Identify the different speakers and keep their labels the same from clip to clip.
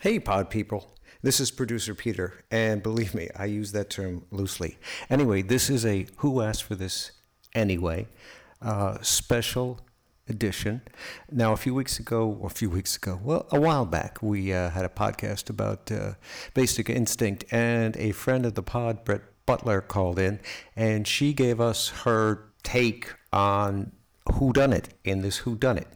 Speaker 1: Hey, pod people. This is producer Peter, and believe me, I use that term loosely. Anyway, this is a Who Asked for This Anyway uh, special edition. Now, a few weeks ago, or a few weeks ago, well, a while back, we uh, had a podcast about uh, Basic Instinct, and a friend of the pod, Brett Butler, called in, and she gave us her take on Who Done It in this Who Done It.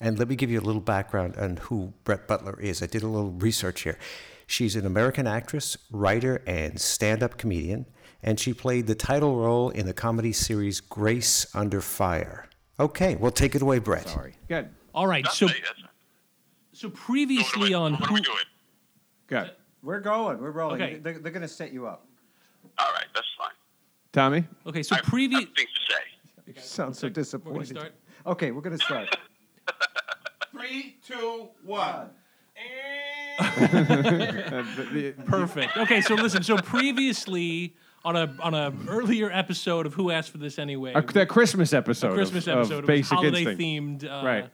Speaker 1: And let me give you a little background on who Brett Butler is. I did a little research here. She's an American actress, writer, and stand up comedian, and she played the title role in the comedy series Grace Under Fire. Okay, well, take it away, Brett.
Speaker 2: Sorry. Good.
Speaker 3: All right. So, so previously on
Speaker 4: What are
Speaker 3: who?
Speaker 4: we doing?
Speaker 2: Good. We're going. We're rolling.
Speaker 3: Okay.
Speaker 2: They're, they're going to set you up.
Speaker 4: All right, that's fine.
Speaker 5: Tommy?
Speaker 3: Okay, so
Speaker 4: I
Speaker 3: previous.
Speaker 4: have things to say.
Speaker 2: You sound so
Speaker 3: We're gonna
Speaker 2: disappointed.
Speaker 3: start.
Speaker 2: Okay, we're going to start.
Speaker 6: Three, two, one.
Speaker 3: Perfect. Okay, so listen. So previously on a on a earlier episode of Who Asked for This Anyway?
Speaker 5: Uh, that Christmas episode. of-
Speaker 3: Christmas
Speaker 5: of,
Speaker 3: episode. it was
Speaker 5: Basic
Speaker 3: holiday
Speaker 5: Instinct.
Speaker 3: themed. Uh,
Speaker 5: Right.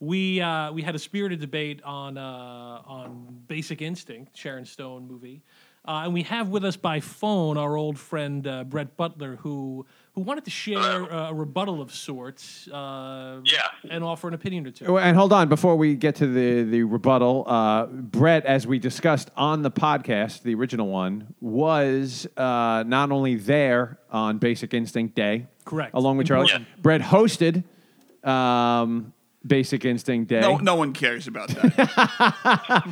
Speaker 3: We uh, we had a spirited debate on uh, on Basic Instinct, Sharon Stone movie, uh, and we have with us by phone our old friend uh, Brett Butler, who who wanted to share uh, a rebuttal of sorts, uh,
Speaker 4: Yeah.
Speaker 3: and offer an opinion or two.
Speaker 5: Well, And hold on, before we get to the, the rebuttal, uh, Brett, as we discussed on the podcast, the original one, was uh, not only there on Basic Instinct Day,
Speaker 3: Correct.
Speaker 5: along with Charlie,
Speaker 4: Important.
Speaker 5: Brett hosted um, Basic Instinct Day.
Speaker 6: No, no one cares about that.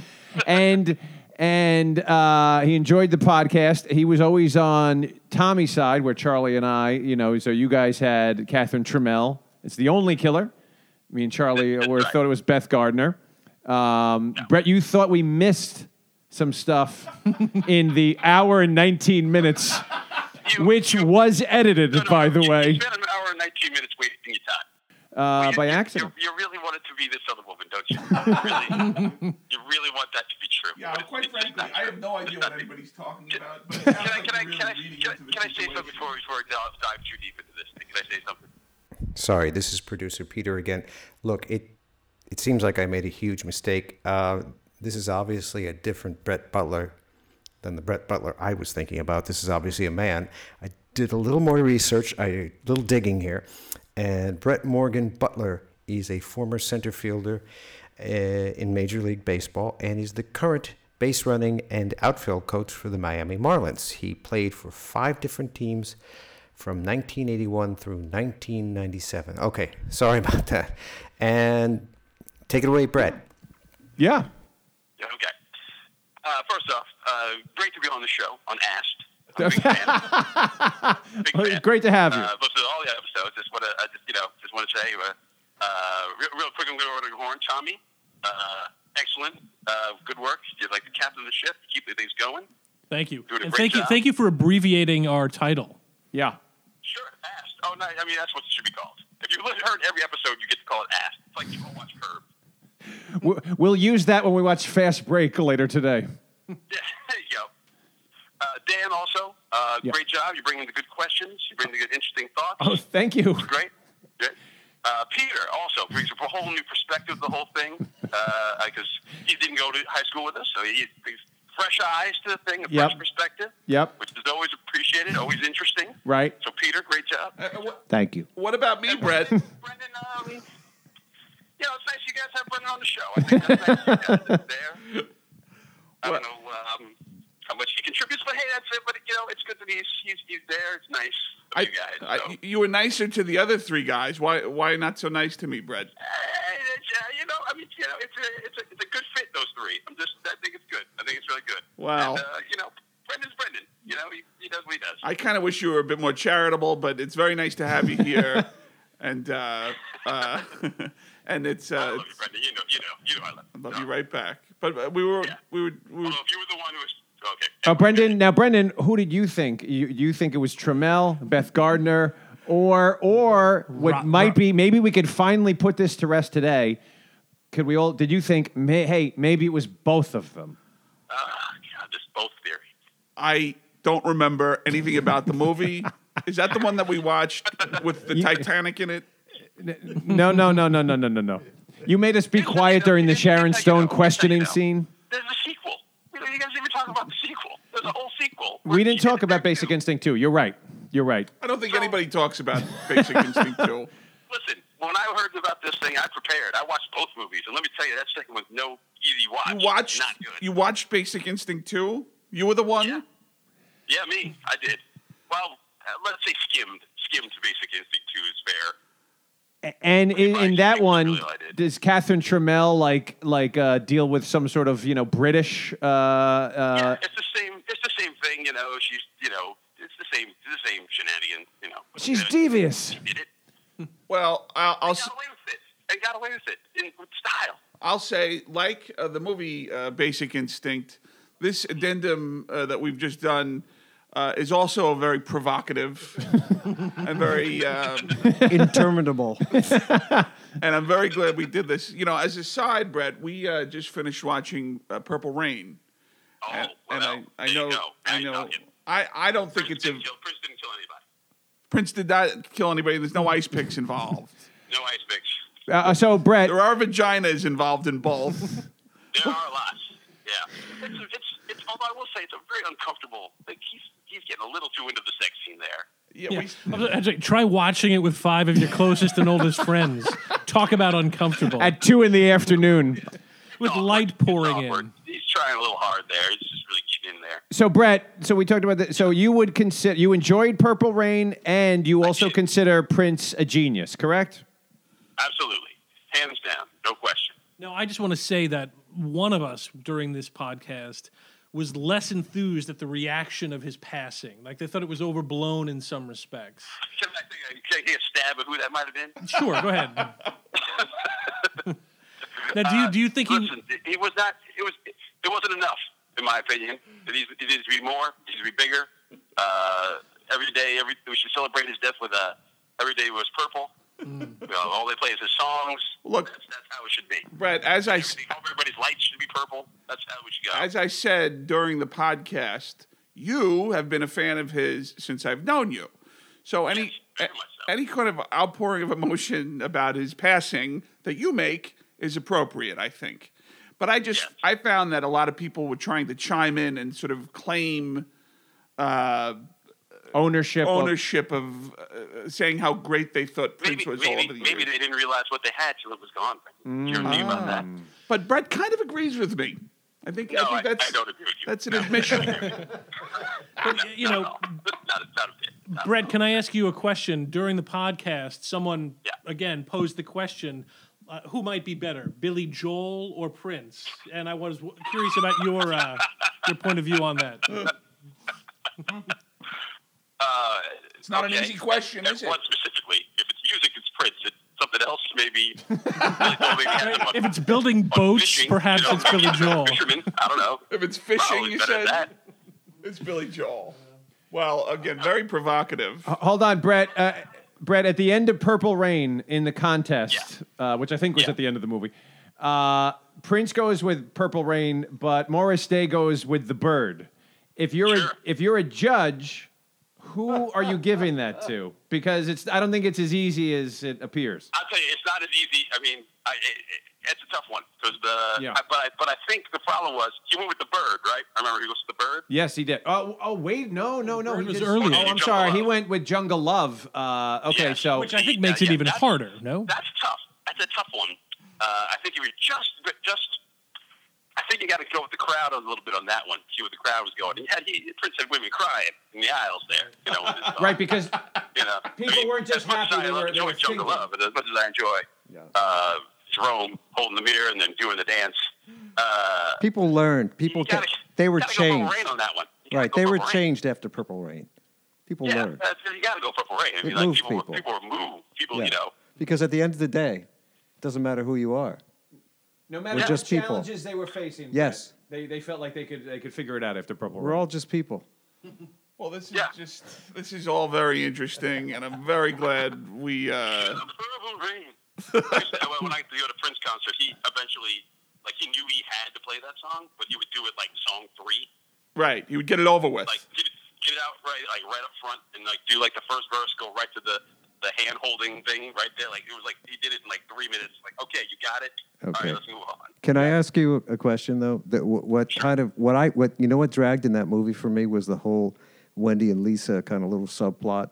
Speaker 5: and and uh, he enjoyed the podcast. He was always on Tommy's side, where Charlie and I, you know, so you guys had Catherine Trammell. It's the only killer. Me and Charlie
Speaker 4: That's
Speaker 5: were
Speaker 4: right.
Speaker 5: thought it was Beth Gardner. Um, Brett, you thought we missed some stuff in the hour and 19 minutes,
Speaker 4: You-
Speaker 5: which
Speaker 4: you-
Speaker 5: was edited,
Speaker 4: no, no,
Speaker 5: by
Speaker 4: no,
Speaker 5: the
Speaker 4: you-
Speaker 5: way,
Speaker 4: you spent an hour and 19 minutes wasting your time.
Speaker 5: uh,
Speaker 4: You-
Speaker 5: by
Speaker 4: you-
Speaker 5: accident.
Speaker 4: You, you really want it to be this other woman, don't you? You really, you really want that to be true.
Speaker 6: yeah,
Speaker 4: But it-
Speaker 6: quite
Speaker 4: it's just
Speaker 6: frankly,
Speaker 4: not
Speaker 6: I
Speaker 4: true.
Speaker 6: have no
Speaker 4: It's
Speaker 6: idea what
Speaker 4: not true.
Speaker 6: anybody's talking about. But
Speaker 4: Can I, can, I, can, I, can, I, can I say something before, before I dive dive too deep into this thing? Can I say something?
Speaker 1: Sorry, this is producer Peter again. Look, it it seems like I made a huge mistake. Uh, this is obviously a different Brett Butler than the Brett Butler I was thinking about. This is obviously a man. I did a little more research, I a little digging here, and Brett Morgan Butler is a former center fielder uh, in Major League Baseball and is the current base running and outfield coach for the Miami Marlins. He played for five different teams from 1981 through 1997. Okay, sorry about that. And take it away, Brett.
Speaker 5: Yeah.
Speaker 4: Yeah, Okay. Uh, first off, uh, great to be on the show on Asked. I'm a big fan. Big
Speaker 5: Oh,
Speaker 4: fan.
Speaker 5: Great to have you.
Speaker 4: Uh, listen to all the episodes. Just want to, I just, you know, just want to say, uh, uh, real, real quick, I'm going to order your horn, Tommy. Uh, excellent, uh, good work. You're like the captain of the ship. Keep the things going.
Speaker 3: thank you,
Speaker 4: doing a
Speaker 3: and
Speaker 4: great
Speaker 3: thank you,
Speaker 4: job.
Speaker 3: thank you for abbreviating our title.
Speaker 5: Yeah.
Speaker 4: Sure, asked. Oh no, I mean that's what it should be called. If you've heard every episode, you get to call it asked. It's like you all watch Herb.
Speaker 5: We- We'll use that when we watch Fast Break later today.
Speaker 4: Yeah, there you go. Uh, Dan, also, uh,
Speaker 5: Yeah.
Speaker 4: great job. You're bringing the good questions. You're bringing the good, interesting thoughts.
Speaker 5: Oh, thank you.
Speaker 4: great. Good. Uh, Peter also brings a whole new perspective to the whole thing because he didn't go to high school with us, so he brings fresh eyes to the thing, a
Speaker 5: Yep.
Speaker 4: fresh perspective,
Speaker 5: Yep.
Speaker 4: which is always appreciated, always interesting.
Speaker 5: Right.
Speaker 4: So, Peter, great job.
Speaker 5: Thank you.
Speaker 6: Uh, What about me, Brett?
Speaker 4: Brendan, um, you know, it's nice you guys have Brendan on the show. I think that's nice you guys are there. I don't know um, how much he contributes, but hey, that's it. But, you know, it's good that he's, he's, he's there. It's nice. of
Speaker 6: I,
Speaker 4: you guys.
Speaker 6: I-
Speaker 4: so.
Speaker 6: you were nicer to the other three guys. Why? Why not so nice to me, Brett?
Speaker 4: Uh, it's, uh, you know, I mean, you know, it's a, it's a, it's a good fit. Those three. I'm just, I think it's good. I think it's really good.
Speaker 6: Wow.
Speaker 4: And, uh, you know, Brendan's Brendan. You know, he, he does what he does.
Speaker 6: I kind of wish you were a bit more charitable, but it's very nice to have you here. and uh, uh, and it's,
Speaker 4: I
Speaker 6: uh,
Speaker 4: love you,
Speaker 6: it's
Speaker 4: Brendan. You know, you know, you know, I love.
Speaker 6: love you right back. But uh, we were we were, we were
Speaker 4: Although, if you were the one who was okay.
Speaker 5: Uh, Brendan, now Brendan, who did you think? You you think it was Trammell, Beth Gardner, or or what
Speaker 3: Ro-
Speaker 5: might
Speaker 3: Ro-
Speaker 5: be? Maybe we could finally put this to rest today. Could we all? Did you think? May, hey, maybe it was both of them.
Speaker 4: Ah, God, this both theory.
Speaker 6: I don't remember anything about the movie. Is that the one that we watched with the Titanic in it?
Speaker 5: No, no, no, no, no, no, no, no. You made us be
Speaker 4: Here's how you
Speaker 5: quiet
Speaker 4: know.
Speaker 5: during the
Speaker 4: Here's how you
Speaker 5: Sharon
Speaker 4: know.
Speaker 5: Stone
Speaker 4: Here's how you
Speaker 5: questioning
Speaker 4: know.
Speaker 5: scene.
Speaker 4: There's a sequel.
Speaker 5: we didn't talk about Basic Instinct 2. You're right. You're right.
Speaker 6: I
Speaker 4: Oh.
Speaker 6: don't think anybody talks about Basic Instinct 2.
Speaker 4: Listen, when I heard about this thing, I prepared. I watched both movies, and let me tell you, that second was no easy watch.
Speaker 6: You watched
Speaker 4: Not good.
Speaker 6: you watched Basic Instinct 2? You were the one?
Speaker 4: Yeah. Yeah, me. I did. Well, uh, let's say skimmed. Skimmed Basic Instinct 2 is fair.
Speaker 5: And in,
Speaker 4: much.
Speaker 5: in that
Speaker 4: Really,
Speaker 5: one,
Speaker 4: I did.
Speaker 5: does Catherine Trammell like like uh, deal with some sort of you know British? Uh, uh,
Speaker 4: it's the same. It's the same thing, you know. She's, you know, it's the same. It's the same shenanigan, you know.
Speaker 5: she's
Speaker 4: Uh,
Speaker 5: devious.
Speaker 4: Did it?
Speaker 6: Well, I'll, I'll, s-
Speaker 4: Got away with it. And got away with it in with style.
Speaker 6: I'll say, like uh, the movie uh, Basic Instinct, this addendum uh, that we've just done uh, is also very provocative and very. Um,
Speaker 7: Interminable.
Speaker 6: and I'm very glad we did this. You know, as a side, Brett, we uh, just finished watching uh, Purple Rain,
Speaker 4: Oh,
Speaker 6: and,
Speaker 4: well,
Speaker 6: and I, I
Speaker 4: there
Speaker 6: know,
Speaker 4: you go.
Speaker 6: I
Speaker 4: Now
Speaker 6: know,
Speaker 4: you're talking.
Speaker 6: I, I don't think
Speaker 4: Prince
Speaker 6: it's a
Speaker 4: didn't kill, Prince didn't kill anybody.
Speaker 6: Prince did not kill anybody. There's no ice picks involved.
Speaker 4: No ice picks.
Speaker 5: Uh, so Brett,
Speaker 6: There are vaginas involved in both.
Speaker 4: There are lots. Yeah. It's, it's, it's, although I will say it's a very uncomfortable. Like he's, he's getting a little too into the sex scene there.
Speaker 6: yeah,
Speaker 3: Yeah.
Speaker 6: we-
Speaker 3: I was- I was like, try watching it with five of your closest and oldest friends. Talk about uncomfortable
Speaker 5: at two in the afternoon.
Speaker 3: with
Speaker 4: awkward.
Speaker 3: light
Speaker 4: Oh, It's
Speaker 3: pouring
Speaker 4: awkward.
Speaker 3: in.
Speaker 4: He's trying a little hard there. He's just really getting in there.
Speaker 5: So Brett, so we talked about that. So you would consider you enjoyed Purple Rain, and you also
Speaker 4: did.
Speaker 5: consider Prince a genius, correct?
Speaker 4: Absolutely. Hands down. No question.
Speaker 3: No, I just want to say that one of us during this podcast was less enthused at the reaction of his passing. Like they thought it was overblown in some respects.
Speaker 4: Can I take a, can I take a stab at who that might have been?
Speaker 3: Sure, go ahead. now, do you do you think he?
Speaker 4: Listen, he was not. It was. It wasn't enough, in my opinion. It needs, it needs to be more. It needs to be bigger. Uh, every day, every we should celebrate his death with a. Every day was purple.
Speaker 6: Mm.
Speaker 4: You know, all they play is his songs.
Speaker 6: Look-
Speaker 4: that's, that's how it should be.
Speaker 6: Brett, as I s-
Speaker 4: Everything- Everybody's lights should be purple. That's how we should go.
Speaker 6: as I said during the podcast, you have been a fan of his since I've known you. So any
Speaker 4: Yes, very much so.
Speaker 6: any kind of outpouring of emotion about his passing that you make is appropriate, I think. But I just
Speaker 4: Yes.
Speaker 6: I found that a lot of people were trying to chime in and sort of claim uh,
Speaker 5: Ownership. of-
Speaker 6: ownership of uh, saying how great they thought Prince
Speaker 4: maybe
Speaker 6: was all over
Speaker 4: maybe,
Speaker 6: the
Speaker 4: maybe
Speaker 6: years. Mm.
Speaker 4: they didn't realize what they had till it was gone. Do you agree about that?
Speaker 6: But Brett kind of agrees with me. I think
Speaker 4: No,
Speaker 6: I
Speaker 4: I,
Speaker 6: think that's
Speaker 4: I don't agree with you.
Speaker 6: that's an admission.
Speaker 3: you know,
Speaker 4: not, not a bit. Not-
Speaker 3: Brett, can I ask you a question? During the podcast, someone
Speaker 4: Yeah.
Speaker 3: again posed the question: uh, Who might be better, Billy Joel or Prince? And I was w- curious about your uh, your point of view on that.
Speaker 4: Uh,
Speaker 6: It's not an
Speaker 4: okay.
Speaker 6: easy question, is it?
Speaker 4: One specifically. If it's music, it's Prince. If something else, maybe. really don't maybe have them on-
Speaker 3: If it's building
Speaker 4: on
Speaker 3: boats,
Speaker 4: fishing,
Speaker 3: perhaps
Speaker 4: you know,
Speaker 3: it's Billy Joel.
Speaker 4: Fisherman, I don't know.
Speaker 6: If it's fishing,
Speaker 4: Probably
Speaker 6: you
Speaker 4: better than
Speaker 6: said
Speaker 4: that. Uh,
Speaker 6: it's Billy Joel. Well, again, very provocative.
Speaker 5: Hold on, Brett. Uh, Brett, at the end of Purple Rain in the contest, uh, which I think was
Speaker 4: Yeah.
Speaker 5: at the end of the movie, uh, Prince goes with Purple Rain, but Morris Day goes with The Bird. If you're a,
Speaker 4: Sure.
Speaker 5: if you're a judge, who are you giving that to? Because it's I don't think it's as easy as it appears.
Speaker 4: I'll tell you, it's not as easy. I mean, I, it, it, it's a tough one because the.
Speaker 5: Yeah.
Speaker 4: I, but I, but I think the problem was he went with the bird, right? I remember he goes with the bird.
Speaker 5: Yes, he did. Oh, oh wait, no, no, no.
Speaker 3: Bird
Speaker 5: he
Speaker 3: was
Speaker 5: did-
Speaker 3: earlier.
Speaker 5: Oh, I'm
Speaker 4: Jungle
Speaker 5: sorry. He
Speaker 4: Love.
Speaker 5: went with Jungle Love. Uh, okay,
Speaker 4: Yeah.
Speaker 5: so
Speaker 3: Which I think makes
Speaker 4: Yeah,
Speaker 3: it
Speaker 4: yeah,
Speaker 3: even
Speaker 4: that's-
Speaker 3: harder. No,
Speaker 4: That's tough. That's a tough one. Uh, I think you were just, but just. I think you got to go with the crowd a little bit on that one. See where the crowd was going. He had he, Prince had women crying in the aisles there. You know, with his song,
Speaker 5: right because
Speaker 4: you know.
Speaker 5: people weren't just
Speaker 4: as much
Speaker 5: happy
Speaker 4: As I
Speaker 5: they were- they
Speaker 4: enjoy
Speaker 5: were
Speaker 4: Jungle
Speaker 5: singing.
Speaker 4: Love, and as much as I enjoy uh, Jerome holding the mirror and then doing the dance. Uh,
Speaker 7: People learned. People
Speaker 4: you gotta-
Speaker 7: ca- they
Speaker 4: you
Speaker 7: were
Speaker 4: gotta go Purple
Speaker 7: changed.
Speaker 4: Rain on that one. You gotta
Speaker 7: Right,
Speaker 4: go
Speaker 7: they were
Speaker 4: Purple Rain.
Speaker 7: changed after Purple Rain. People
Speaker 4: Yeah,
Speaker 7: learned.
Speaker 4: that's- you got to go Purple Rain. I mean,
Speaker 7: It
Speaker 4: like,
Speaker 7: moves
Speaker 4: people,
Speaker 7: people.
Speaker 4: people were moved. People,
Speaker 7: Yeah.
Speaker 4: you know.
Speaker 7: Because at the end of the day, it doesn't matter who you are.
Speaker 5: No matter
Speaker 7: We're
Speaker 5: what
Speaker 7: just people.
Speaker 5: challenges they were facing.
Speaker 7: Yes.
Speaker 5: They, they felt like they could they could figure it out after Purple
Speaker 7: We're all just people.
Speaker 6: Well, this is
Speaker 4: Yeah.
Speaker 6: just this is all very interesting, and I'm very glad we. Uh,
Speaker 4: Purple Rain. when when I used to go to Prince concert, he eventually, like, he knew he had to play that song, but he would do it like song three,
Speaker 6: right, you would get it over with.
Speaker 4: like get it, get it out right, like right up front, and like do like the first verse, go right to the the hand holding thing right there. Like it was like he did it in like three minutes. Like okay, you got it. All
Speaker 7: Okay.
Speaker 4: right, let's move on.
Speaker 7: Can I ask you a question though? That wh- what kind of what I what you know what dragged in that movie for me was the whole Wendy and Lisa kind of little subplot.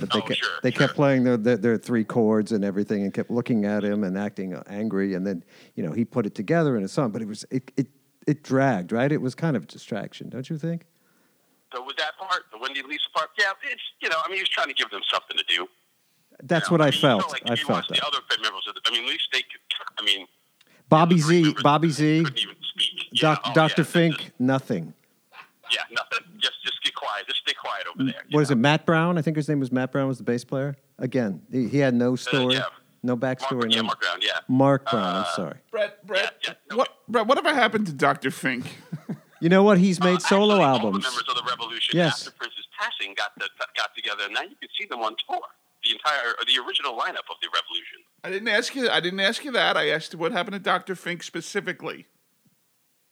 Speaker 7: But they
Speaker 4: Oh,
Speaker 7: kept,
Speaker 4: sure,
Speaker 7: they kept
Speaker 4: sure.
Speaker 7: playing their, their their three chords and everything, and kept looking at him and acting uh, angry. And then you know he put it together in a song, but it was it it, it dragged right. It was kind of a distraction, don't you think?
Speaker 4: So with that part, the Wendy and Lisa part, yeah, it's you know, I mean, he was trying to give them something to do.
Speaker 7: That's
Speaker 4: you know?
Speaker 7: what I
Speaker 4: mean, you felt
Speaker 7: felt.
Speaker 4: like
Speaker 7: I
Speaker 4: if you
Speaker 7: felt
Speaker 4: watch
Speaker 7: that.
Speaker 4: The other members of the, I mean, at least they. Could, I mean,
Speaker 7: Bobby
Speaker 4: the three
Speaker 7: Z,
Speaker 4: members
Speaker 7: Bobby Z,
Speaker 4: couldn't even speak. Yeah,
Speaker 7: Doc,
Speaker 4: oh,
Speaker 7: Dr.
Speaker 4: yeah,
Speaker 7: Fink, nothing.
Speaker 4: Yeah, nothing. Just just get quiet. Just stay quiet over there. you
Speaker 7: Mm, What is
Speaker 4: know?
Speaker 7: it? Matt Brown? I think his name was Matt Brown. Was the bass player? Again, he, he had no story,
Speaker 4: Uh, yeah.
Speaker 7: no
Speaker 4: Mark,
Speaker 7: backstory.
Speaker 4: yeah,
Speaker 7: no,
Speaker 4: Mark Uh, Brown, yeah.
Speaker 7: Mark Brown. I'm sorry.
Speaker 6: Brett, Brett,
Speaker 4: Yeah, Uh, yeah, no,
Speaker 6: what, Brett, whatever happened to Dr. Fink?
Speaker 7: You know what?
Speaker 5: Oh,
Speaker 7: He's made
Speaker 4: Uh,
Speaker 7: solo
Speaker 4: actually, All the
Speaker 7: albums.
Speaker 4: members of the Revolution
Speaker 7: Yes.
Speaker 4: after Prince's passing got the, got together, and now you can see them on tour. The entire, or the original lineup of the Revolution.
Speaker 6: I didn't ask you. I didn't ask you that. I asked what happened to Dr. Fink specifically.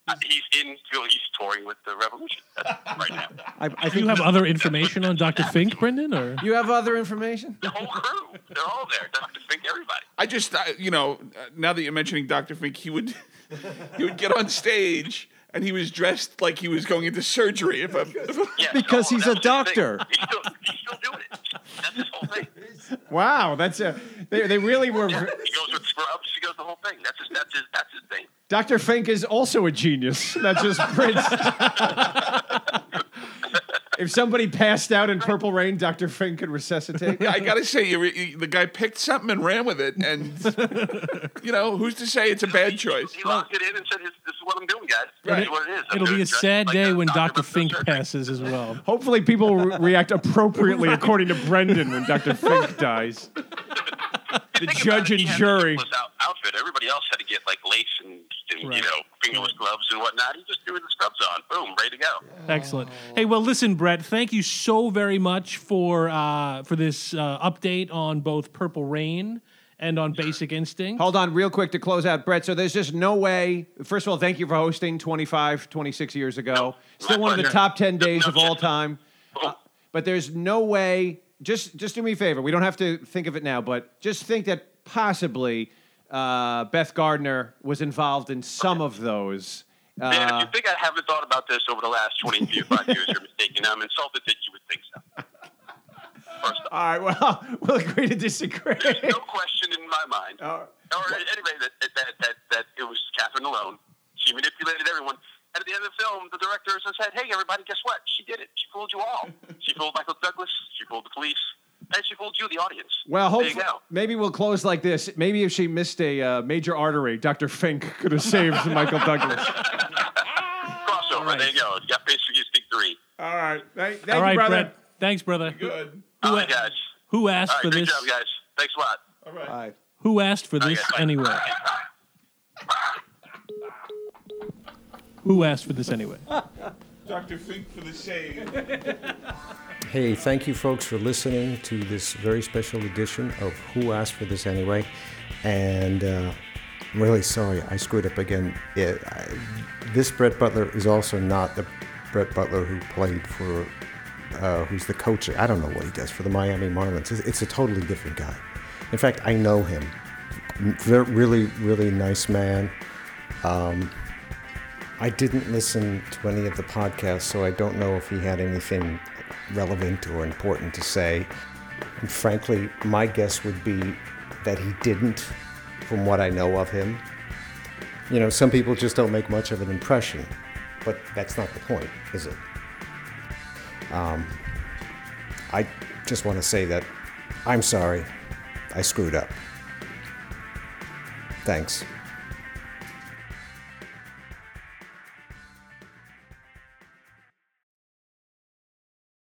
Speaker 4: Uh,
Speaker 7: Hmm.
Speaker 4: he's in. He's touring with the Revolution uh, right now.
Speaker 7: I, I
Speaker 3: Do you
Speaker 7: think
Speaker 3: have other information on Dr. Fink, Brendan? Or
Speaker 5: You have other information?
Speaker 4: The whole crew. They're all there. Dr. Fink, everybody.
Speaker 6: I just, I, you know, uh, now that you're mentioning Dr. Fink, he would, he would get on stage and he was dressed like he was going into surgery. If I'm,
Speaker 4: Yeah,
Speaker 7: Because
Speaker 4: so
Speaker 7: he's
Speaker 4: that's his
Speaker 7: a
Speaker 4: thing.
Speaker 7: doctor.
Speaker 4: He's still, he's still doing it. That's his whole thing.
Speaker 5: Wow, that's a. They, they really were.
Speaker 4: Yeah, he goes with scrubs. He goes the whole thing. That's his. That's his. That's his thing.
Speaker 5: Dr. Fink is also a genius. That's just Prince. if somebody passed out in Purple Rain, Dr. Fink could resuscitate.
Speaker 6: I gotta say, you, re- you, the guy picked something and ran with it, and you know, who's to say it's a bad choice?
Speaker 4: He locked it in and said, "This this is what I'm doing, guys. This is what it is." I'm
Speaker 3: it'll
Speaker 4: doing
Speaker 3: be a
Speaker 4: just
Speaker 3: sad
Speaker 4: like
Speaker 3: day
Speaker 4: a
Speaker 3: when Dr.
Speaker 4: doctor with no
Speaker 3: Fink
Speaker 4: surgery.
Speaker 3: passes as well.
Speaker 5: Hopefully, people re- react Oh, appropriately according to Brendan when Dr. Fink dies.
Speaker 4: The
Speaker 5: judge and jury.
Speaker 4: Out, outfit. Everybody else had to get like lace and, and
Speaker 3: Right.
Speaker 4: you know fingerless gloves and whatnot. He just threw the scrubs on. Boom, ready to go.
Speaker 3: Excellent. Hey, well, listen, Brett. Thank you so very much for uh, for this uh, update on both Purple Rain and on Basic Instinct.
Speaker 5: Hold on, real quick to close out, Brett. So there's just no way. First of all, thank you for hosting 25, 26 years ago. Still one of the
Speaker 4: pleasure.
Speaker 5: top 10
Speaker 4: No,
Speaker 5: days
Speaker 4: no,
Speaker 5: of all
Speaker 4: just-
Speaker 5: time. Uh, but there's no way. Just, just do me a favor. We don't have to think of it now, but just think that possibly uh, Beth Gardner was involved in some of those.
Speaker 4: Man, if
Speaker 5: Uh,
Speaker 4: you think I haven't thought about this over the last 25 years, you're mistaken. I'm insulted that you would think so. First off,
Speaker 5: all right. Well, we'll agree to disagree.
Speaker 4: no question in my mind. or anyway, that, that, that, that, that it was Catherine alone. She manipulated everyone. And at the end of the film, the director has said, hey, everybody, guess what? She did it. She fooled you all. She fooled Michael Douglas. She fooled the police. And she fooled you, the audience.
Speaker 5: Well,
Speaker 4: there you
Speaker 5: hopefully,
Speaker 4: go.
Speaker 5: maybe we'll close like this. Maybe if she missed a uh, major artery, Dr. Fink could have saved Michael Douglas.
Speaker 4: Crossover. There you go. You got Basic Instinct 3.
Speaker 6: All right, thank, thank
Speaker 3: All right,
Speaker 6: you, brother.
Speaker 3: Brett. Thanks, brother.
Speaker 6: Good.
Speaker 4: All right, guys.
Speaker 3: Who
Speaker 4: All
Speaker 3: asked
Speaker 4: right,
Speaker 3: for
Speaker 4: great
Speaker 3: this?
Speaker 4: job, guys. Thanks a lot.
Speaker 6: All right.
Speaker 3: Who asked for
Speaker 4: Okay,
Speaker 3: this
Speaker 4: bye.
Speaker 3: anyway? Who asked for this anyway?
Speaker 6: Dr. Fink for the save.
Speaker 1: Hey, thank you folks for listening to this very special edition of Who Asked for This Anyway. And uh, I'm really sorry, I screwed up again. It, I, this Brett Butler is also not the Brett Butler who played for, uh, who's the coach. I don't know what he does for the Miami Marlins. It's, it's a totally different guy. In fact, I know him. Ver- Really, really nice man. I didn't listen to any of the podcasts, so I don't know if he had anything relevant or important to say. And frankly, my guess would be that he didn't, from what I know of him. You know, some people just don't make much of an impression, but that's not the point, is it? Um, I just want to say that I'm sorry. I screwed up. Thanks.